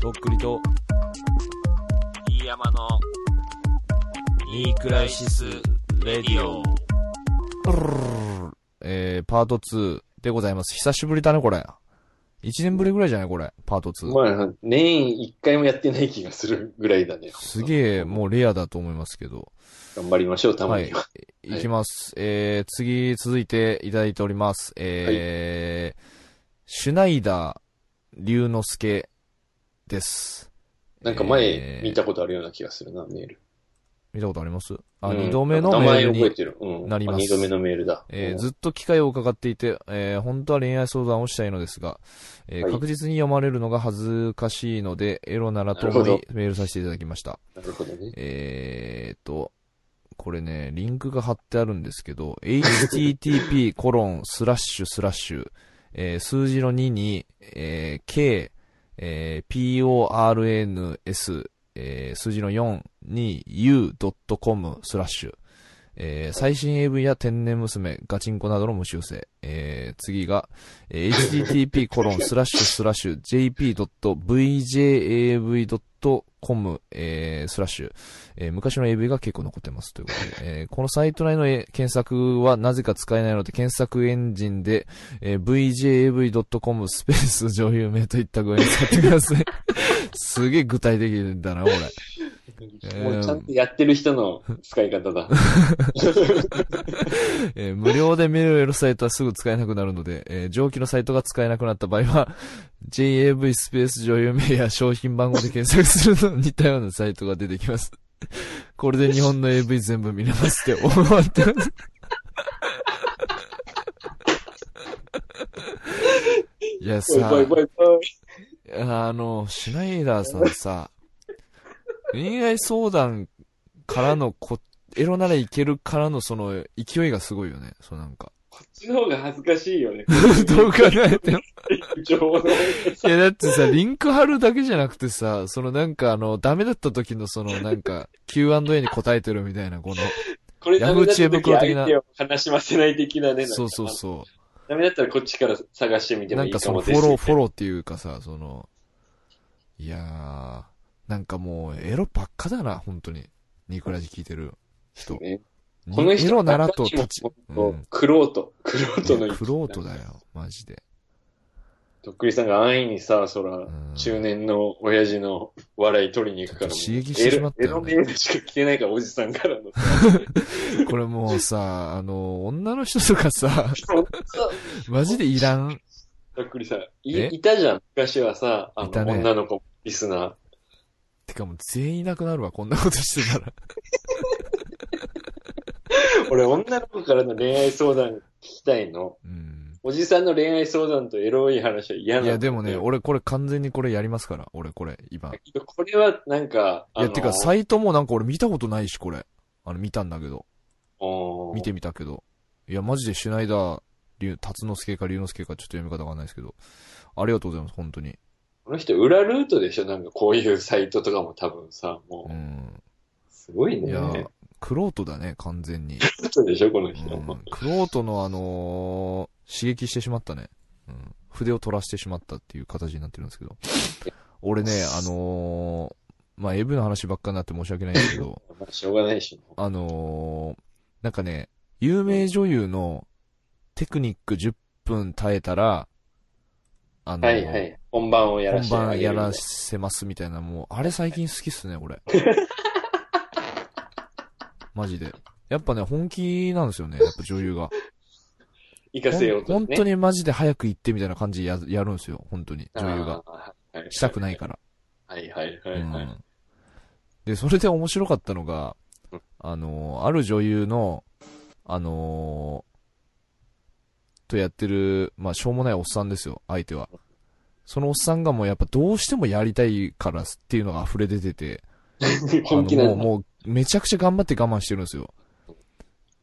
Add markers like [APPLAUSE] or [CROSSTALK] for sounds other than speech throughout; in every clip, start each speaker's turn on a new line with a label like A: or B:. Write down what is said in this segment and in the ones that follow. A: とっくりと、
B: 飯山の、
A: ニークライシスレディオ。えー、パート2でございます。久しぶりだね、これ。1年ぶりぐらいじゃないこれ、パート2。
C: まあ、年一回もやってない気がするぐらいだね。
A: すげえ、もうレアだと思いますけど。
C: 頑張りましょう、たま
A: は
C: に
A: い
C: は。。
A: いきます。えー、次、続いていただいております。えー、シュナイダー、龍之介です。
C: なんか前見たことあるような気がするな、メール。
A: 見たことありますあ、
C: うん
A: 二度目のメ
C: 名前
A: ール
C: 覚え
A: に、
C: てる。うん。
A: なります
C: あ二度目のメールだ。
A: えー
C: うん
A: ずっと機会を伺っていて、えー本当は恋愛相談をしたいのですが、えー
C: はい
A: 確実に読まれるのが恥ずかしいので、エロならと思
C: なるほ
A: いメールさせていただきました。
C: なるほどね。
A: えーと、これね、リンクが貼ってあるんですけど、http [LAUGHS] コロンスラッシュスラッシュ、えー数字の2に、えー k、えー porns、えー数字の4に u.com スラッシュ、えー最新 AV や天然娘、ガチンコなどの無修正。えー次が、えー [LAUGHS] http コロンスラッシュスラッシュ jp.vjav.com えースラッシュ、えー昔の AV が結構残ってますということで、えーこのサイト内のえー検索はなぜか使えないので検索エンジンで、えー vjav.com スペース女優名といった具合に使ってください。すげえ具体的だな、これ。ー
C: もうちゃんとやってる人の使い方だ。
A: えー無料で見れるエロサイトはすぐ使えなくなるので、えー上記のサイトが使えなくなった場合は、JAV スペース女優名や商品番号で検索すると似たようなサイトが出てきます。 [LAUGHS] これで日本の AV 全部見れますって思ってます。 [LAUGHS] いや [LAUGHS] さ、
C: バイバイバイバイ。
A: あの、シュナイダーさんさ、恋愛相談からのこ、エロならいけるからのその勢いがすごいよね。そうなんか。
C: こっちの方が恥ずかしいよね。
A: [LAUGHS] どう考えても。[LAUGHS]
C: 情報の方が
A: い
C: さ
A: や、だってさ、リンク貼るだけじゃなくてさ、そのなんかあの、ダメだった時のそのなんか、Q&A に答えてるみたいな、この、
C: これダメだった
A: ヤフー知恵
C: 時
A: 袋的な
C: 相手を話しませない的なね。なんか
A: そうそうそ
C: ダメだったらこっちから探してみ
A: う。
C: ても
A: ないん
C: い
A: か
C: か
A: そ
C: も
A: の
C: です
A: フォロー、フォローっていうかさ、その、いやー、なんかもう、エロばっかだな、本当に。ニクラジ聞いてる人。
C: ね
A: に
C: この人
A: エロならと立ち、うん
C: クロート。クロートの
A: クロートだよ、マジで。
C: とっくりさんが安易にさ、そら
A: ん、
C: 中年の親父の笑い取りに行くからもう、
A: ちょっと刺激してしまったよね
C: エロエロメールしか来てないから、おじさ
A: [LAUGHS]
C: んからのさ。
A: これもうさ、あの、女の人とかさ、マジでいらん。
C: とっくりさん、
A: え
C: い、いたじゃん。昔はさ、あ
A: いた
C: の、
A: ね
C: 女の子、リスナー。
A: てかもう全員いなくなるわ、こんなことしてたら。
C: 俺、女の子からの恋愛相談聞きたいの。
A: うん。
C: おじさんの恋愛相談とエロい話は嫌なの
A: いや、でもね、、俺これ完全にこれやりますから、俺これ、今。い
C: これはなんか、あ
A: や、
C: の、
A: てか、サイトもなんか俺見たことないし、これ。あの、見たんだけど。
C: おー
A: 見てみたけど。いや、マジでシュナイダー、竜、達之助か竜之介かちょっと読み方わかんないですけど。ありがとうございます、本当に。
C: この人、裏ルートでしょなんか、こういうサイトとかも多分さ、も
A: う
C: う、
A: ん。
C: すごい
A: い
C: ね。
A: や
C: 裏ル、
A: クロートだね、完全に。
C: ートでしょこの人。
A: うん、クロートのあのー刺激してしまったね、うん。筆を取らしてしまったっていう形になってるんですけど。俺ね、あのーまあ、エブの話ばっかになって申し訳ないんですけど、
C: まあ、しょうがないし。
A: あのーなんかね、有名女優のテクニック10分耐えたら、あのー
C: はいはい。本番をやら
A: 本
C: せてあ
A: 番
C: げる
A: やらせますみたいな、もう、あれ最近好きっすね、
C: [LAUGHS]
A: 俺。マジで。やっぱね、本気なんですよね、やっぱ女優
C: [LAUGHS]
A: が。
C: 行かせようと、ね。
A: ほん本当にマジで早く行ってみたいな感じでややるんですよ、本当に。女優が。
C: あー。はい
A: したくないから。
C: はいはいはいは
A: う
C: い。
A: んで、それで面白かったのが
C: うん、
A: あのー、ある女優の、あのーとやってる、まあ、しょうもないおっさんですよ、相手は。そのおっさんがもうやっぱどうしてもやりたいからっていうのが溢れ出てて、
C: 本気な
A: あの
C: の
A: もう、もう、めちゃくちゃ頑張って我慢してるんですよ。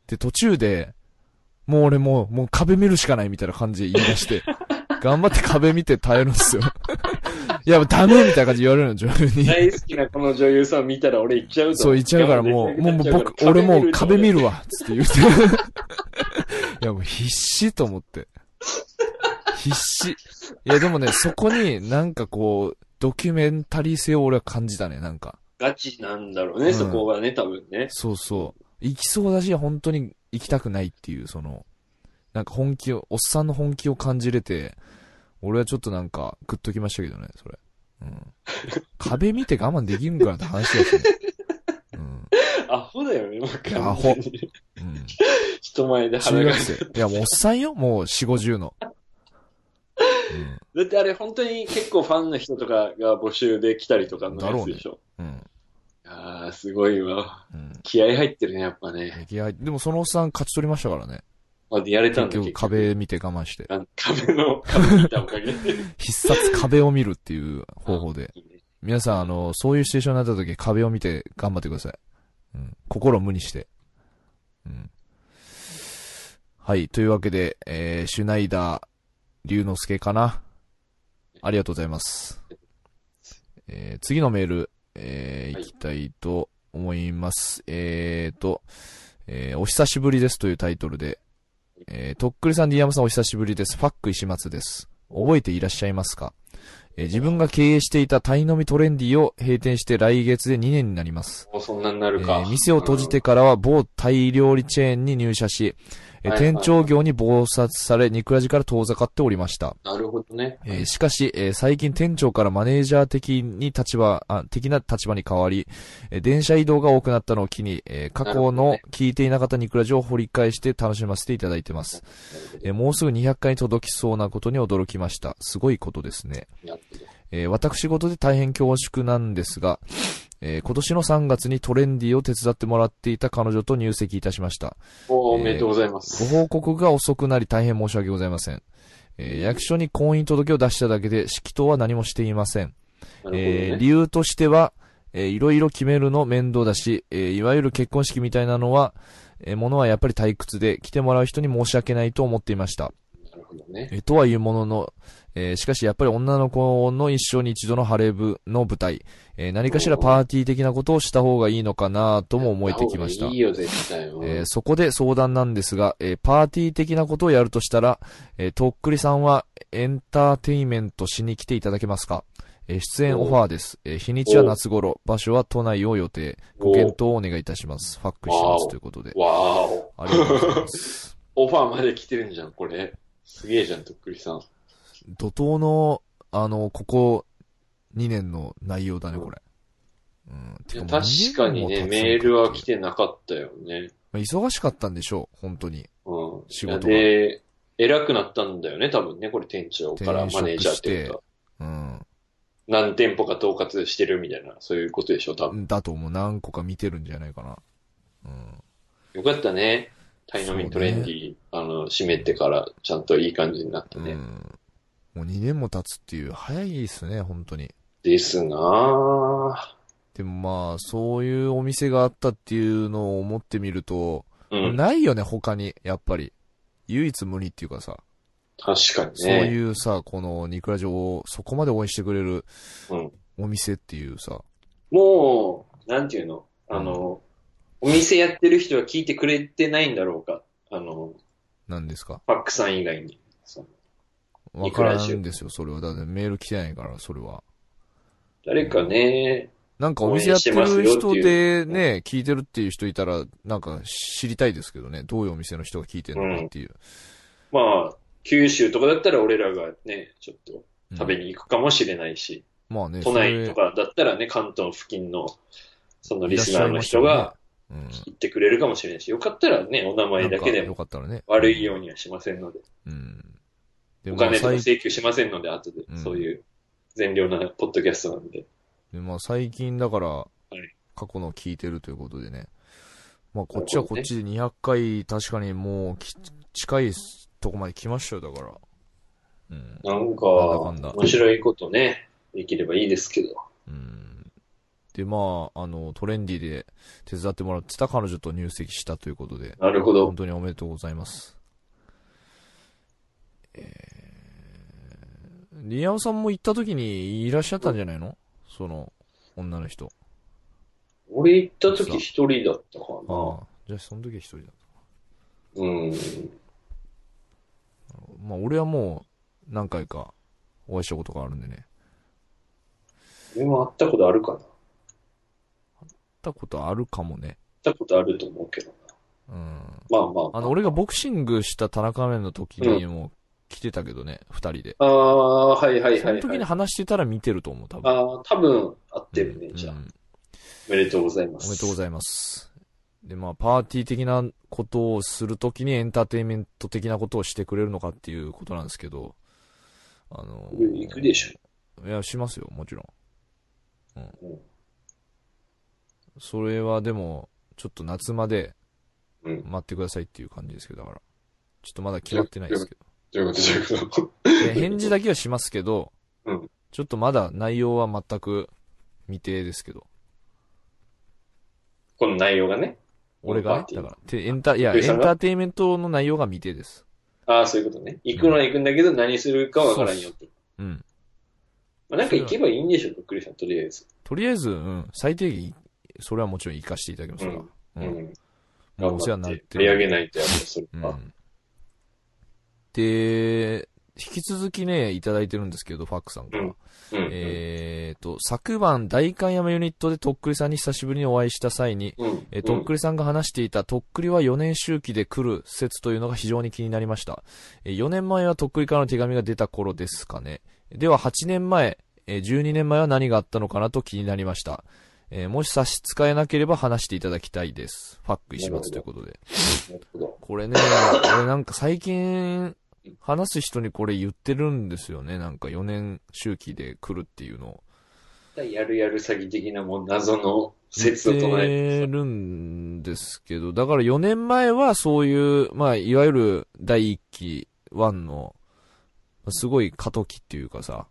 A: で、途中で、もう俺もう、もう壁見るしかないみたいな感じで言い出
C: [LAUGHS]
A: して、頑張って壁見て耐えるんですよ。 [LAUGHS] いや、もうダメみたいな感じで言われるの、女優に。
C: 大好きなこの女優さん見たら俺行っちゃうと。
A: そう言っちゃうからもう、もうもう僕、俺もう壁見るわ、つって [LAUGHS] 言って。いや、もう必死と思って。必死。いや、でもね、そこになんかこう、ドキュメンタリー性を俺は感じたね、なんか。
C: ガチなんだろう
A: う
C: ね、
A: ん
C: そこはね、多分ね。
A: そうそう。行きそうだし、本当に行きたくないっていう、その、なんか本気を、おっさんの本気を感じれて、俺はちょっとなんか、グッときましたけどね、それ。うん。壁見て我慢できんからって話だしね。うん。
C: アホだよね、わかん
A: アホ
C: ない
A: うん。
C: 人前で
A: 中
C: 腹が
A: 学。生。いや、もうおっさんよ、もう4、50の。うん。
C: だってあれ本当に結構ファンの人とかが募集で来たりとかの
A: だろ
C: や
A: う
C: つ
A: ね
C: でしょ。
A: うん。
C: ああ、すごいわ。
A: うん。
C: 気合入ってるね、やっぱね。
A: 出来合いでもそのおっさん勝ち取りましたからね。
C: まあ、やれた
A: 結
C: ん
A: 局
C: だけ
A: 壁見て我慢して。
C: 壁の、壁見たおかげで。
A: 必殺壁を見るっていう方法で。
C: いいね
A: 皆さん、あの、そういうシチュエーションになった時、壁を見て頑張ってください。うん。心を無にして。うん。はい。というわけで、えー、シュナイダー、龍之介かな。ありがとうございます。えー、次のメール、えー、
C: はい
A: いきたいと思います。えーと、えー、お久しぶりですというタイトルで、えー、とっくりさん、ディアムさんお久しぶりです。ファック石松です。覚えていらっしゃいますかえー自分が経営していたタイ飲みトレンディを閉店して来月で2年になります。
C: もう [LAUGHS] そんなにな
A: え
C: るか。
A: ー店を閉じてからは某タイ料理チェーンに入社し、えー
C: はいはい
A: 店長業に暴殺され、肉味から遠ざかっておりました。
C: うん。なるほどね。
A: えーしかし、えー最近店長からマネージャー的に立場、あ的な立場に変わり、えー電車移動が多くなったのを機に、えー過
C: なる
A: 去
C: ほど
A: の
C: ね
A: 聞いていなかった肉ラジを掘り返して楽しませていただいてます。えーもうすぐ200回に届きそうなことに驚きました。すごいことですね。
C: なるほど
A: えー私事で大変恐縮なんですが、えー今年の3月にトレンディを手伝ってもらっていた彼女と入籍いたしました。
C: お
A: え
C: ー
A: ー
C: おめでとうございま
A: ご
C: す。
A: 報告が遅くなり大変申し訳ございません。えー役所に婚姻届を出しただけで、式等は何もしていません。
C: なるほど
A: えー
C: ね。
A: 理由としては、えーいろいろ決めるの面倒だし、えーいわゆる結婚式みたいなのは、えーものはやっぱり退屈で、来てもらう人に申し訳ないと思っていました。
C: なるほどね。
A: えーとはいうものの、えーしかしやっぱり女の子の一生に一度の晴れ舞の舞台、えー何かしらパーティー的なことをした方がいいのかなとも思えてきました
C: やった方がいい。よ、絶対。うん
A: えーそこで相談なんですが、えーパーティー的なことをやるとしたら、えーとっくりさんはエンターテインメントしに来ていただけますか、えー出演オファーです。えー日にちは夏頃、場所は都内を予定。ご検討をお願いいたします。ファックしま
C: わ
A: す。
C: お
A: ということで。
C: わーお。
A: ありがとうございます。
C: オファーまで来てるんじゃん、これ。すげえじゃん、とっくりさん。
A: 怒涛の、あの、ここ2年の内容だね、これ。うん、
C: い
A: て
C: や
A: もう
C: 確かにね、メールは来
A: て。
C: てなかったよね。
A: まあ忙しかったんでしょう、本当に。
C: うん。
A: 仕事が
C: で、偉くなったんだよね、多分ね、これ店長からマネージャーっていうか。
A: うん。
C: 何店舗か統括してるみたいな、そういうことでしょ、多分。
A: だと思う。何個か見てるんじゃないかな。うん。
C: よかったね。タイノミントレンディー、あの、閉めてから、ちゃんといい感じになってね。
A: うん。もう2年も経つっていう、早いですね、本当に。
C: ですなぁ。
A: でもまあ、そういうお店があったっていうのを思ってみると、
C: うん。
A: ないよね、他に、やっぱり。唯一無二っていうかさ、
C: 確かに
A: そう
C: ね。
A: いうさ、このニクラジオをそこまで応援してくれる
C: うん
A: お店っていうさ、
C: もう、なんていうのあの、お店やってる人は聞いてくれてないんだろうか。あの、
A: なんですか。
C: ファックさん以外に。その
A: わからないんですよ、それは。だってメール来てないから、それは。
C: 誰かね、
A: なんかお店やってる
C: 応援してますよ
A: 人
C: っ
A: で
C: て
A: ね、聞いてるっていう人いたら、なんか知りたいですけどね、どういうお店の人が聞いてるのかっていう。
C: まあ、九州とかだったら俺らがね、ちょっと
A: うん
C: 食べに行くかもしれないし、
A: まあね、
C: 都内と
A: それ
C: かだったらね、関東付近の、そのリスナーの人が、
A: いらっしゃいましたね
C: 行ってくれるかもしれないし、よかったらね、お名
A: うん、
C: 前だ
A: なん
C: けで
A: かよ
C: も
A: かったらね。
C: 悪いようにはしませんので、
A: うん。で
C: お
A: も、
C: 金とか
A: 最
C: 請求しませんので、後で
A: うん、
C: そういう善良なポッドキャストなんで。
A: でまあ、最近だから
C: い、
A: 過去の聞いてるということでね。まあ、こっちはこっちで200回、確かにもうき、近いとこまで来ましたよ、だから。うん。
C: なんか、
A: なんだかんだ
C: 面白いことね、できればいいですけど。
A: うん。で、まあ、あの、トレンディで手伝ってもらってた彼女と入籍したということで、
C: なるほど
A: 本。当におめでとうございます。えー、リアオさんも行った時にいらっしゃったんじゃないのその、女の人。
C: 俺行った時一人だったかな。
A: ああ。じゃあ、その時は一人だ。
C: うん。
A: まあ、俺はもう、何回かお会いしたことがあるんでね。
C: 俺も会ったことあるかな会っ
A: ったことあるかもね。
C: たことあると思うけど
A: うん。
C: な。まあまあ。
A: あの、俺がボクシングした田中面の時にも来てたけどね、二、人で。
C: ああ、はいはい
A: そ
C: はい、
A: の時
C: はい
A: に。話してたら見てると思う、多分。
C: ああ、多分合ってるね、
A: うん
C: じゃあ
A: う。ん
C: おめでとうございま
A: お
C: す。
A: めでとうございます。で、まあ、パーティー的なことをするときにエンターテインメント的なことをしてくれるのかっていうことなんですけど、あの、
C: 行くでしょ。
A: いや、しますよ、もちろん。うん。
C: うん
A: それはでも、ちょっと夏まで
C: うん。
A: 待ってくださいっていう感じですけど、だから。ちょっとまだ決まってないですけど。
C: どういうことどういうこと [LAUGHS]
A: で返事だけはしますけど、
C: うん
A: ちょっとまだ内容は全く未定ですけど。
C: この内容がね。
A: 俺が
C: パ
A: ね
C: ー、ティ
A: だ
C: ー
A: から、てエンタ、いや、エ
C: ゆ
A: ン
C: うさんが
A: ターテインメントの内容が未定です。
C: ああ、そういうことね。行くのは行くんだけど、何するかわからんよって。
A: うん。
C: まあ、なんか行けばいいんでしょ、クリスさん、とりあえず。
A: とりあえず、うん、最低限、それはもちろん活かしていただきますか
C: う
A: ら。うん。
C: ん。
A: もうお世話になってる。
C: 盛り上げないとやっぱそれ
A: う
C: は。
A: ん。で、引き続きね、いただいてるんですけど、ファックさんから。
C: うんうん。
A: えーと、昨晩、大観山ユニットでとっくりさんに久しぶりにお会いした際に、
C: うん。
A: えーとっくりさんが話していた、とっくりは4年周期で来る説というのが非常に気になりました。え4年前はとっくりからの手紙が出た頃ですかね。では8年前、えー12年前は何があったのかなと気になりました。えーもし差し支えなければ話していただきたいです。ファック石松ということで。
C: なるほど。
A: こ
C: [COUGHS]
A: れね、俺なんか最近、話す人にこれ言ってるんですよね。なんか4年周期で来るっていうのを。
C: やるやる詐欺的なもう謎の説を唱え
A: 言ってるんですけど、だから4年前はそういう、まあ、いわゆる第1期1の、すごい過渡期っていうかさ、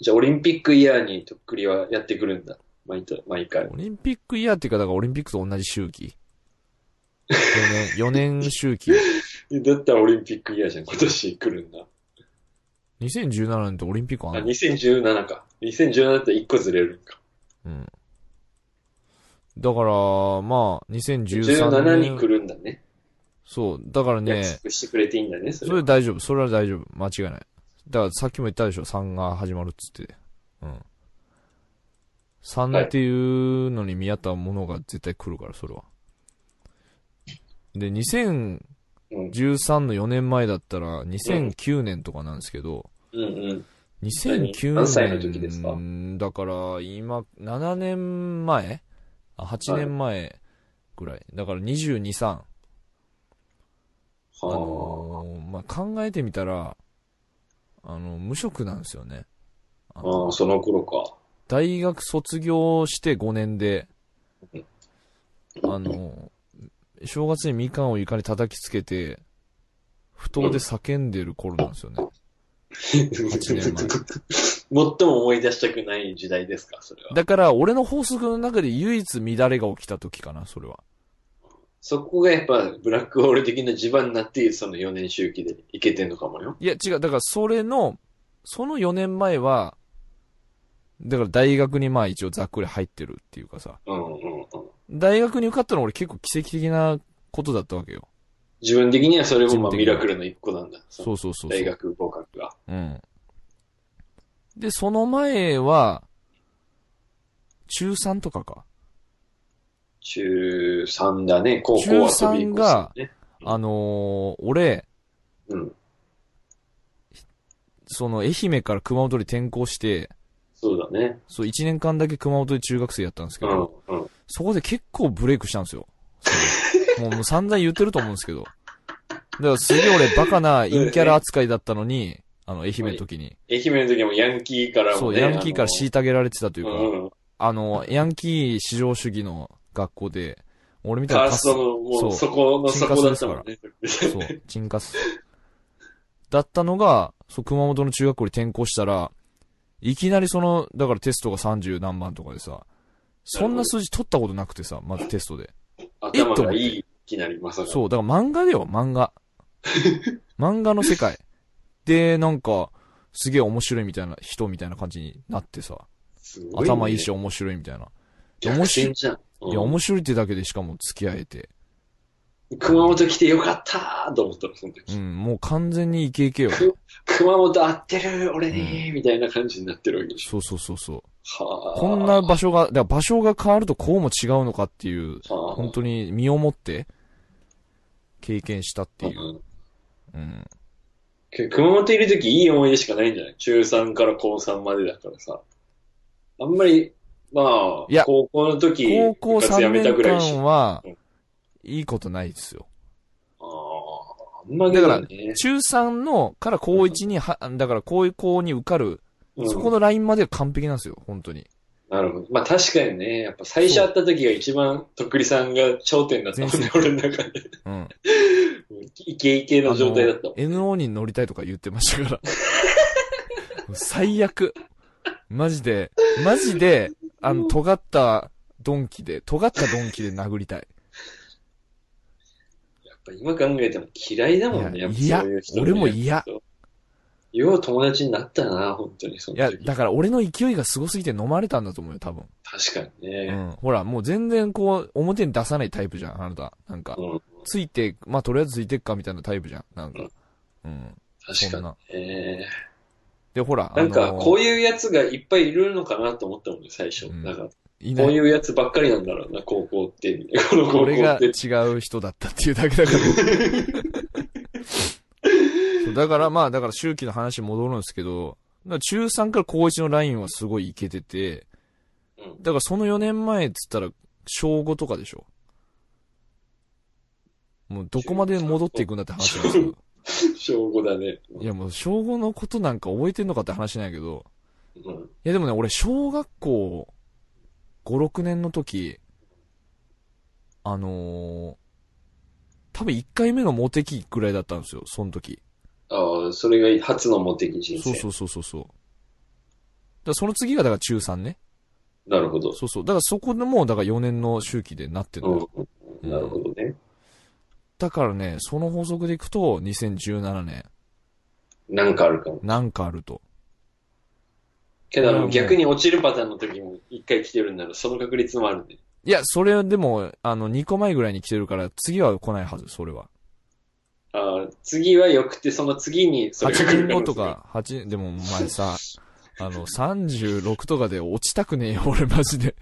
C: じゃあ、オリンピックイヤーにとっくりはやってくるんだ。毎回。毎回。
A: オリンピックイヤーっていうか、だからオリンピックと同じ周期。4年、4年周
C: [LAUGHS]
A: 期。
C: だったらオリンピックイヤーじゃん。今年来るんだ。
A: 2017年ってオリンピックあん
C: あ、
A: の
C: 2017か。2017だったら1個ずれるんか。
A: うん。だから、まあ、2013
C: 17
A: 年。
C: に来るんだね。
A: そう。だからね、
C: 約束してくれていいんだね、そ
A: それ
C: れ。
A: 大丈夫。それは大丈夫。間違いない。だからさっきも言ったでしょ。3が始まるっつって。うん。
C: は
A: 3
C: い
A: っていうのに見合ったものが絶対来るから、それは。で、2013
C: うん。
A: の4年前だったら、2009年とかなんですけど、
C: うんうん。
A: 2009年。
C: 何歳の時ですか
A: だから、今、7年前あ、8年前ぐらい。だから22、3。あ
C: は
A: のーまあ、考えてみたら、あの、無職なんですよね。あ
C: あ。あ
A: の
C: あ、その頃か。
A: 大学卒業して5年で、あのー正月にみかんを床に叩きつけて、不当で叫んでる頃なんですよね。
C: 最
A: 年前
C: [LAUGHS] も思い出したくない時代ですか、それは。
A: だから、俺の法則の中で唯一乱れが起きた時かな、それは。
C: そこがやっぱブラックホール的な地盤になって、その4年周期でいけてんのかもよ。
A: いや、違う。だから、それの、その4年前は、だから大学にまあ一応ざっくり入ってるっていうかさ、
C: うんうんうん。
A: 大学に受かったの俺結構奇跡的なことだったわけよ。
C: 自分的にはそれもまあ
A: 自分的
C: ミ
A: には
C: ラクルの一個なんだ。その
A: そうそうそうそう。
C: 大学合格が。
A: うん。で、その前は、中3とかか。
C: 中3だね、高校は飛び越す、ね。
A: 中3があのー俺、
C: うん。
A: その愛媛から熊本に転校して、
C: そうだね。
A: そう1年間だけ熊本で中学生やったんですけ
C: う
A: ど、
C: んうん。
A: そこで結構ブレイクしたんですよ。もうもう散々言ってると思うんですけど。だからすげえ俺バカな陰キャラ扱いだったのに、あの、愛媛の時に。
C: 愛媛の時もヤンキーから
A: そ
C: も
A: う、
C: ね。
A: ヤンキーから
C: ー
A: 虐げられてたというか、
C: うんうん。
A: あの、ヤンキー至上主義の学校で、俺みたい
C: カ
A: な
C: ーストの、も
A: そ
C: うそうこの、そこだったもんね。
A: そう、チンカス。だったのが、そう、熊本の中学校に転校したら、いきなりその、だからテストが30何番とかでさ、そんな数字取ったことなくてさ、まずテストで。
C: 頭がいい気になりまさか。
A: そう、だから漫画だよ、漫
C: [LAUGHS]
A: 画。漫画の世界。で、なんか、すげえ面白いみたいな人みたいな感じになってさ、
C: すごいね
A: 頭いいし。面白いみたいな。
C: 逆転じゃん。うん
A: いや、面白いってだけでしかも付き合えて。
C: 熊本来てよかったーと思ったの、その
A: う
C: 時。
A: ん、もう完全にイケイケよ。
C: 熊本合ってる、俺にーみたいな感じになってるわけでしょ。
A: そうそうそうそう。
C: はあ。
A: こんな場所が、だから場所が変わるとこうも違うのかっていう、
C: 本
A: 本当に身をもって経験したっていう。
C: ん
A: うん。
C: く熊本いるときいい思い出しかないんじゃない中3から高3までだからさ。あんまり、ま
A: いや
C: あ、高校の時
A: 高校
C: 部活や
A: 3
C: めた
A: 年
C: ぐらいし。あ
A: 間は
C: うん、
A: いいことないですよ。
C: ああんまり、ね、
A: だから中3のから高1には、だから高校に受かる、
C: うん
A: そこのラインまでは完璧なんですよ、本当に。
C: なるほど。まあ確かにね、やっぱ最初会った時が一番、とっくりさんが頂点だったもんね、俺の中で。 [LAUGHS]
A: うん。
C: イケイケの状態だったもん。
A: あの NO に乗りたいとか言ってま
C: [LAUGHS]
A: したから。最悪。マジで、マジで、あの、尖ったドンキで、尖ったドンキで殴りたい。
C: やっぱ今考えても嫌いだもんね、
A: いや
C: やっぱそういう人
A: いや俺も嫌。
C: よう友達になったな、本当に、そ
A: い
C: の
A: や、
C: 時。
A: だから俺の勢いがすごすぎて飲まれたんだと思うよ、多分。
C: 確かに
A: う
C: ね。
A: ん。ほら、もう全然こう、表に出さないタイプじゃん、あなた。なんか
C: う、ん。
A: ついて、まあ、とりあえずついてっか、みたいなタイプじゃん、なんか。うん。
C: 確
A: そ
C: か
A: ん
C: に
A: な。
C: ね。
A: で、ほら、
C: なん
A: あ
C: か、
A: の
C: こういうやつがいっぱいいるのかなと思ったもんね、最初。
A: うん
C: なんか、
A: いない
C: こういうやつばっかりなんだろうな、高校って。この高校
A: 俺
C: っ
A: が
C: て。
A: 違う人だったっていうだけだから。そう [LAUGHS] だからまあ、だから周期の話に戻るんですけど、だから中3から高1のラインはすごいいけてて、
C: うん
A: だからその4年前っつったら、小5とかでしょ。もうどこまで戻っていくんだって話なんですよ。
C: 小5だね。
A: いやもう小5のことなんか覚えてんのかって話なんやけど、
C: うん。
A: いやでもね、俺小学校5、6年の時、あのー、多分1回目のモテ期ぐらいだったんですよ、その時。
C: ああ、それが初のモテ期人
A: そう
C: 生。
A: そうそうそうそう。だからその次がだから中3ね。
C: なるほど。
A: そうそう。だからそこでもうだから4年の周期でなってるのよ。
C: うん。なるほどね。
A: だからね、その法則でいくと2017年、
C: なんかあるかも。
A: なんかあると。
C: けど、あ
A: う
C: の、
A: ん
C: 逆に落ちるパターンの時も一回来てるんなら、その確率もあるね。
A: いや、それでも、あの、2個前ぐらいに来てるから、次は来ないはず、それは。
C: ああ、次は良くて、その次にそれが
A: 8
C: 来
A: 年
C: る可能
A: 後
C: 性
A: とか、8、でもお前さ、 [LAUGHS] あの、36とかで落ちたくねえよ、 [LAUGHS] 俺マジで。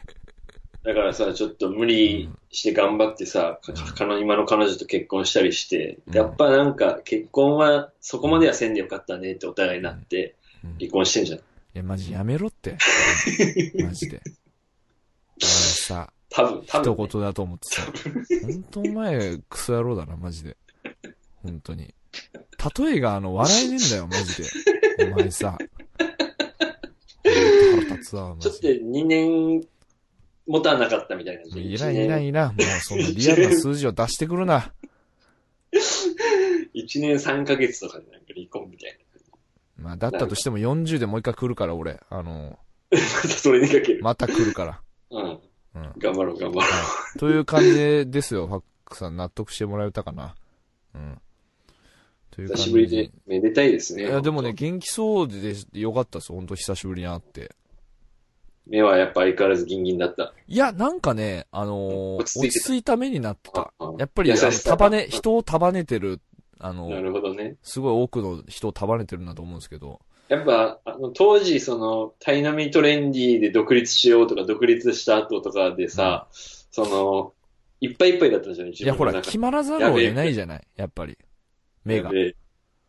C: だからさ、ちょっと無理して頑張ってさ、かかかの今の彼女と結婚したりして、
A: うん
C: やっぱなんか結婚はそこまではせんでよかったねってお互いになって
A: うんい
C: 離婚してんじゃん。
A: や、マジやめろっ
C: [LAUGHS]
A: て。マジで。お前さ、
C: 多分、多
A: 一
C: 分、ね。
A: 言だと思ってさ。本当お前、クソ野郎だな、マジで。本当に。例えが、あの、笑えねえんだよ、マジで。お前さ。腹立つわ、マ
C: ちょっ
A: ジ
C: と
A: で。
C: 2年持たなかったみたいな感じ。
A: い
C: 1
A: らん、
C: 年
A: いらん、いらん。もう、そんなリアルな数字を出してくるな。
C: 1年3ヶ月とかでなんか離婚みたい
A: まあ、だったとしても40でもう一回来るから、俺。あの、
C: な。またそれにかける。
A: また来るから。
C: うん。
A: うん。
C: 頑張ろう、頑張ろう。
A: という感じですよ、ファックさん。納得してもらえたかな。うん。という
C: 久
A: 感
C: し
A: じ
C: ぶりで、めでたいですね。
A: いや、でもね、、元気そうでよかったです。本当久しぶりに会って。
C: 目はやっぱ相変わらずギンギンだった。
A: いや、なんかね、あのー
C: 落
A: 落
C: ち着いてた
A: ち着いた目になってた。
C: うん
A: やっぱり、あ
C: 優し
A: の
C: さ
A: 束ね、人を束ねてる、あの
C: なるほどね。
A: すごい多くの人を束ねてるなと思うんですけど。
C: やっぱ、あの、当時、その、タイナミトレンディで独立しようとか、独立した後とかでさ、その、いっぱいいっぱいだったじゃん、
A: い
C: 自
A: や、ほ
C: 分の
A: ら、
C: 中
A: 決まらざるを得ないじゃないやっぱり。目が。
C: で。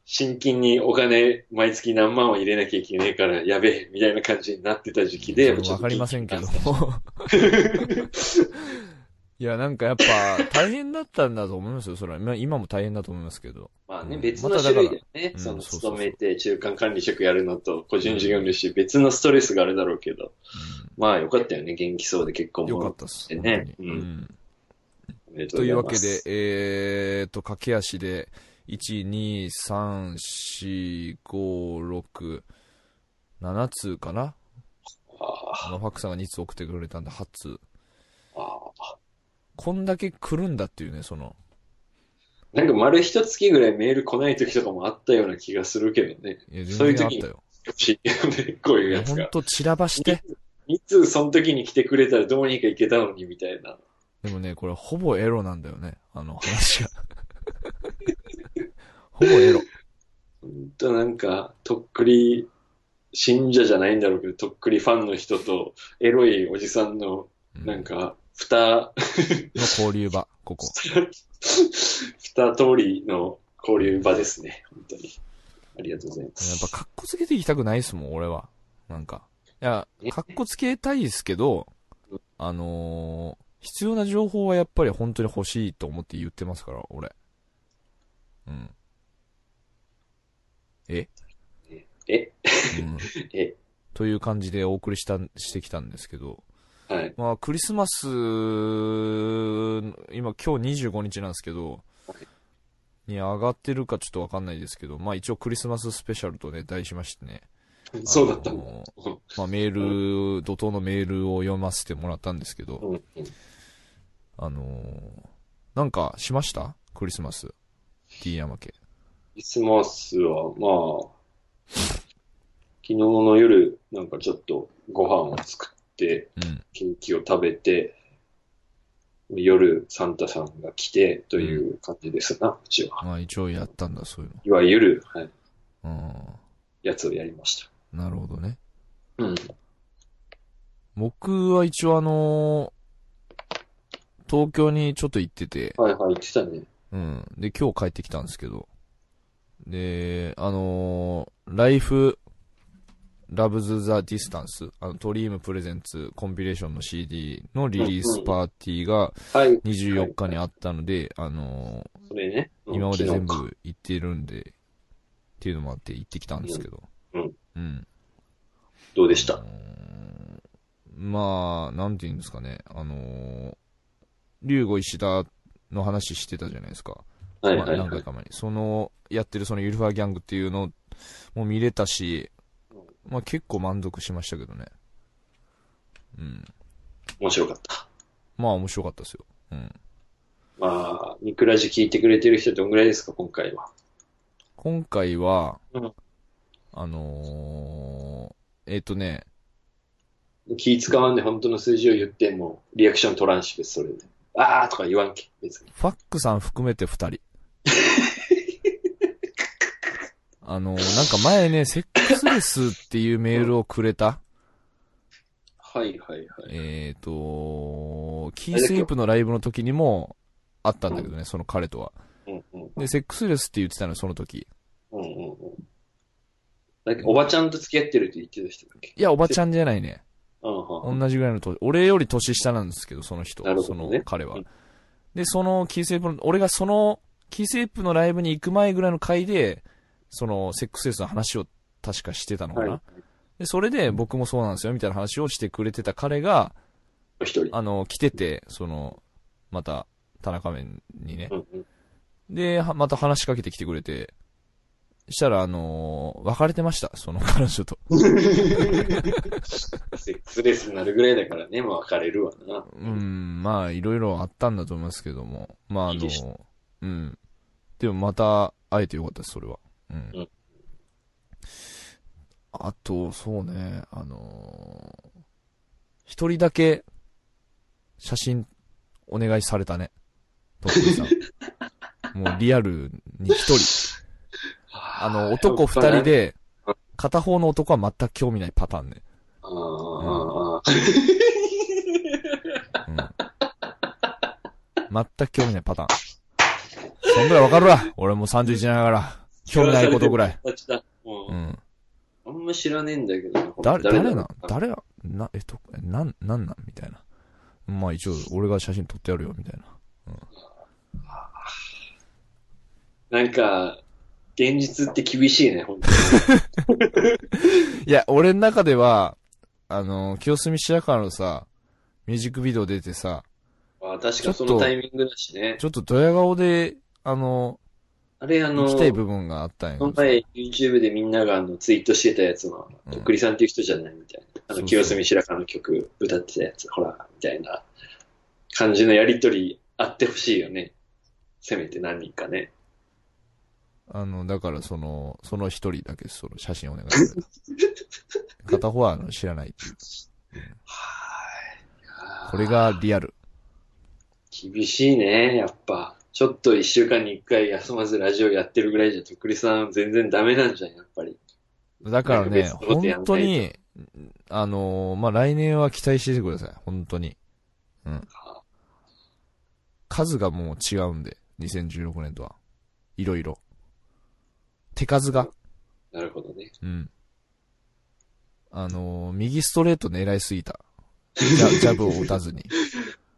C: 真剣にお金、毎月何万は入れなきゃいけねえから、やべえ、みたいな感じになってた時期で、
A: それわかりませんけど。いや、なんかやっぱ、 [LAUGHS] 大変だったんだと思いますよ、それは。まあ今も大変だと思いますけど。
C: まあね、
A: うん
C: 別の種類だよ
A: ま
C: ね。
A: ただから
C: その、
A: うんそうそうそう
C: 勤めて中間管理職やるのと、個人事業主、別のストレスがあるだろうけど、まあよかったよね、元気そうで結婚
A: うん、よかっ
C: も。
A: たっす。
C: でね
A: 本当に
C: うん
A: うん
C: おめでと
A: という
C: う
A: わ
C: ござ
A: け
C: います
A: で、、えーっと、駆け足で、1、2、3、4、5、6、7通かな
C: あ
A: あのファックさんが2通送ってくれたんで、8通。
C: あああ
A: こんだけ来るんだっていうね、その。
C: なんか丸一月ぐらいメール来ない時とかもあったような気がするけどね。
A: いや、
C: そうい
A: 全然あ
C: う
A: っ
C: 時
A: たよ。
C: 欲しいよね、こうい
A: いう
C: や
A: や、
C: つ
A: ほん
C: が。
A: と散らばして。
C: いつその時に来てくれたらどうにか行けたのにみたいな。
A: でもね、これほぼエロなんだよね。あの
C: [LAUGHS]
A: 話が。ほぼエロ。
C: ほんとなんか、とっくり信者じゃないんだろうけど、とっくりファンの人と、エロいおじさんの、
A: うん
C: なんか、二、
A: の交流場、ここ。
C: 二通りの交流場ですね。本当に。ありがとうございま
A: やっ
C: す。
A: ぱ、かっこつけていきたくないですもん、俺は。なんか。いや、かっこつけたいですけど、あのー必要な情報はやっぱり本当に欲しいと思って言ってますから、俺。うん。え
C: え
A: うん。
C: [LAUGHS] え
A: という感じでお送りしたん、してきたんですけど、
C: はい。
A: まあ、クリスマス、今、今日25日なんですけど、に上がってるかちょっとわかんないですけど、まあ一応クリスマススペシャルとね、題しましてね。
C: そうだった
A: あ
C: んだ。
A: の
C: うん
A: まあメール、怒涛のメールを読ませてもらったんですけど、
C: うん
A: あのーなんかしましたクリスマス。T 山家。
C: クリスマスは、まあ、昨日の夜、なんかちょっとご飯を作って、
A: うん。
C: ケーキを食べて、夜、サンタさんが来て、という感じですな、うちは。
A: まあ一応やったんだ、そういう
C: いわゆる、はい、
A: の。
C: やつをやりまし
A: うん。なるほどね。
C: た。うん。
A: 僕は一応あのー東京にちょっと行ってて、
C: はいはい、言ってたね。
A: うん。で、今日帰ってきたんですけど。で、あのーライフ、ラブズ・ザ・ディスタンス、あの、トリーム・プレゼンツ、コンピレーションの CD のリリースパーティーが
C: はい、
A: 24日にあったので、あの
C: それね。
A: ー今まで全
C: 昨
A: 部行ってるんで、っていうのもあって行ってきたんですけど。
C: うん。
A: うん。
C: 日どうでした、
A: あのーまあ、なんていうんですかね、あのー、竜吾石田の話してたじゃないですか。
C: はい
A: まあ
C: はい
A: 何
C: は
A: 回
C: い。
A: か前に。その、やってるそのユルファーギャングっていうのも見れたし、まあ結構満足しましたけどね。うん。
C: 面白かった。
A: まあ面白かったですよ。うん。
C: まあ、ニクラジ聞いてくれてる人どんぐらいですか、今回は。
A: 今回は
C: うん、
A: あのー、えっ、とね、
C: 気使わんで本当の数字を言っても、リアクション取らんし、別にそれで。あーとか言わんけ、別に。
A: ファックさん含めて2人。
C: [LAUGHS]
A: あのー、なんか前ね、セックスレスっていうメールをくれた、
C: はいはいはい。
A: えっ、と、キースイープのライブの時にもあったんだけどね、その彼とは。
C: うんうん
A: で、セックスレスって言ってたのよその時。
C: うんうんうん。だっけおばちゃんと付き合ってるって言ってた人だっけ
A: いや、おばちゃんじゃないね。
C: うんうん。
A: 同じぐらいの年、俺より年下なんですけど、その人、
C: なる
A: そ
C: ほど
A: の
C: ね
A: 彼は
C: うん。
A: で、そのキースイープの、俺がその、キースイープのライブに行く前ぐらいの回で、その、セックスレスの話を確かしてたのかな。
C: はい
A: で、それで僕もそうなんですよ、みたいな話をしてくれてた彼が、
C: お一人。
A: あの、来てて、その、また、田中面にね
C: う。ん
A: [LAUGHS]
C: うん。
A: で、はまた話しかけてきてくれて、したら、あのー別れてました、その彼女と。
C: セックスレスになるぐらいだからね、まあ別れるわな。
A: うん、まあ、いろいろあったんだと思いますけども。まあ、あ
C: いい
A: の
C: でし、
A: うん。でも、また、会えてよかったです、それは。うん。
C: うん
A: あと、そうね、あのー一人だけ、写真、お願いされたね。とっくりさん。
C: [LAUGHS]
A: もう、リアルに一人。あの、男二人。で、片方の男は全く興味ないパターンね。
C: あーあー、あー
A: うん。全く興味ないパターン。そんぐらいわかるわ。俺もう31年ながら。興味ないことぐらい。。
C: あちだも
A: う。
C: うんあんま知らねえんだけどな。
A: 誰、
C: だろ
A: 誰
C: う
A: なん誰なな、えっと、えなん、なんなんみたいな。まあ一応、俺が写真撮ってやるよ、みたいな。
C: なんか、現実って厳しいね、本当
A: いや、俺の中では、あの、清澄白河のさ、ミュージックビデオ出てさ、
C: に。あー確かそのタイミングだしね。
A: ちょっとドヤ顔で、あの、
C: あれ、あ
A: 行
C: の、
A: きたい部分があったんやけ
C: この
A: どさ。
C: 前 YouTube でみんながあのツイートしてたやつの、
A: うん
C: とっくりさんっていう人じゃないみたいな。
A: そ
C: あ
A: うそう
C: の、清澄白河の曲歌ってたやつ、ほら、みたいな感じのやりとりあってほしいよね。せめて何人かね。
A: あの、だからその、その一人だけその写真お願いする。片方はあの知らないっていう。
C: は
A: これがリアル。
C: い。厳しいね、やっぱ。ちょっと一週間に一回休まずラジオやってるぐらいじゃ、とっくりさん全然ダメなんじゃん、やっぱり。
A: だからね、
C: 特別なことやん
A: 本
C: ないと
A: 当に、あのーまあ、来年は期待しててください。本当に。うん。数がもう違うんで、2016年とは。いろいろ。手数が。
C: なるほどね。
A: うん。あのー右ストレート狙いすぎた。ジャジャブを打たずに。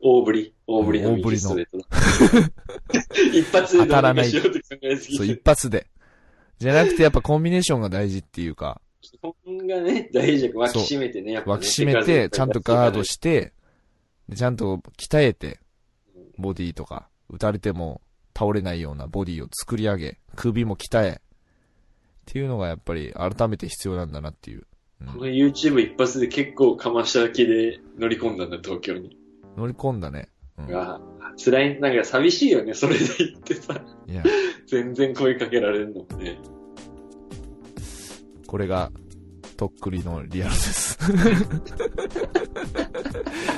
C: 大振り。大振りの
A: うん大振りの
C: 右ストレートの。
A: [LAUGHS]
C: 一発でどうにかしようと考えすぎ
A: そう、
C: て。
A: 一発で。じゃなくてやっぱコンビネーションが大事っていうか、
C: 基本がね、大事だから、脇締めてね、やっぱ、ね。
A: 脇締めて、ちゃんとガードして、でちゃんと鍛えて、ボディとか、打たれても倒れないようなボディを作り上げ、首も鍛え、っていうのがやっぱり改めて必要なんだなっていう。うん
C: この YouTube 一発で結構かましただけで乗り込んだんだ、東京に。
A: 乗り込んだね。うん、い
C: が、辛い、なんか寂しいよね、それで言ってさ。
A: や、
C: 全然声かけられるのね。
A: これが、とっくりのリアル [LAUGHS] です。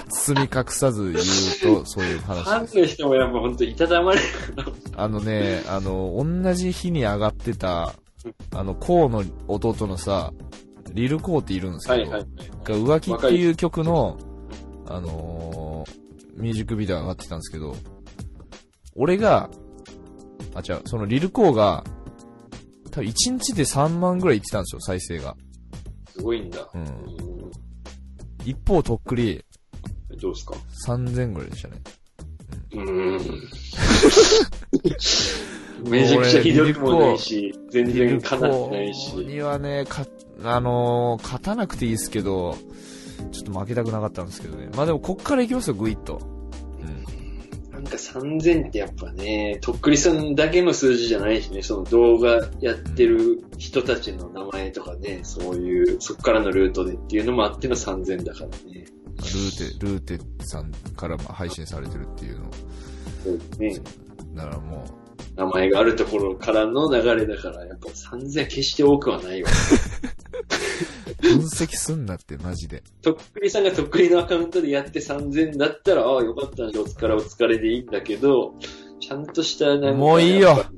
A: 包み隠さず言うと、そういう
C: フ
A: 話です。
C: ァンの人もやっぱほんといたたまれ
A: あのね、あの、同じ日に上がってた、あの、コウの弟のさ、リルコウっているんですけ
C: は
A: ど、
C: いはい。
A: が浮気っていう曲の、あのーミュージックビデオ上がってたんですけど、俺が、あ、違う、そのリルコウが、多分1日で3万ぐらいいってたんですよ、再生が。
C: すごいんだ。
A: う。
C: うんん
A: 一方、とっくり、
C: どうですか
A: 3000ぐらいでしたね。
C: うーん。めちゃくちゃひどくもないし、全然かなってない
A: リルコ
C: し。
A: にはね、か、あのー勝たなくていいですけど、ちょっと負けたくなかったんですけどね。まあでも、こっから行きますよ、グイッと。うん。
C: なんか3000ってやっぱね、とっくりさんだけの数字じゃないしね、その動画やってる人たちの名前とかね、そういう、そっからのルートでっていうのもあっての3000だからね。
A: ルーテ、ルーテさんからも配信されてるっていうの。
C: そうですね。
A: だからも
C: 名前があるところからの流れだから、やっぱ3000決して多くはないわ。
A: う、分析すんなって、マジで。
C: とっくりさんがとっくりのアカウントでやって3000だったら、ああ、よかったね、お疲れお疲れでいいんだけど、ちゃんとしたなんか
A: もういいよ
C: やっぱ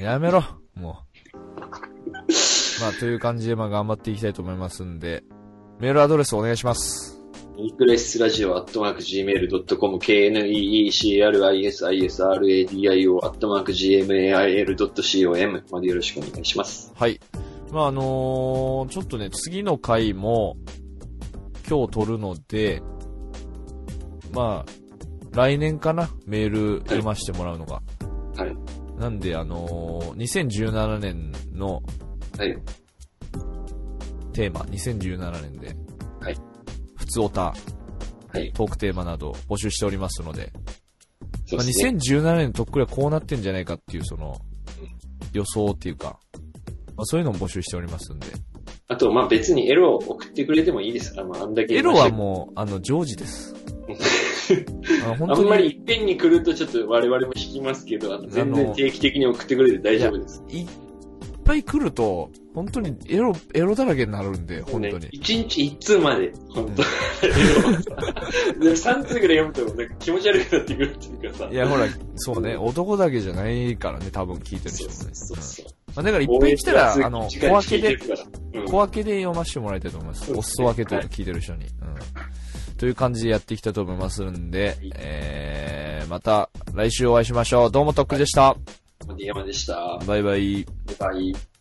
A: やめろ、もう。まあ、という感じで、まあ、頑張っていきたいと思いますんで、メールアドレスお願いします。
C: インクレスラジオアットマーク Gmail.com KNEECRISISRADIO アットマーク Gmail.com までよろしくお願いします。
A: はい。まあ、あのーちょっとね、次の回も、今日撮るので、まあ、来年かな、メール読ませてもらうのが。
C: はい。
A: なんで、あのー2017年の
C: はい。
A: テーマ、2017年で、
C: はい。
A: 普通オタ、
C: はい。
A: トークテーマなど募集しておりますので、
C: そう
A: まあ、
C: ですね。
A: 2017年とっくりはこうなってんじゃないかっていう、その、予想っていうか、まあ、そういうのも募集しておりますんで、
C: あと、まあ別にエロを送ってくれてもいいですから、まああんだけ。
A: エロはもう、あの、常時
C: [LAUGHS]
A: です。あの
C: あん
A: 本当
C: まり
A: に、
C: いっぺんに来るとちょっと我々も引きますけど、あの全然定期的に送ってくれて大丈夫です。
A: いっぱい来ると、本当にエロ、エロだらけになるんで、本当
C: ね
A: に。
C: 一日一通まで、本当、エロ [LAUGHS] はさでも3通ぐらい読むとなんか気持ち悪くなってくるっていうかさ。
A: いや、ほら、そうね、男だけじゃないからね、多分聞いてる人
C: そ
A: も
C: う
A: ね。
C: そうそう。
A: うんまあだからいっぱい来たら、あの、小分けで、
C: うん、
A: 小分けで読ませてもらいたいと思います。
C: そ
A: お
C: うですね
A: 裾分けというか聞いてる人に。うん。という感じでやっていきたいと思いますんで
C: い、
A: えー、また来週お会いしましょう。どうもとっくりでした。
C: 山でした。
A: バイバイ。
C: バイバイ。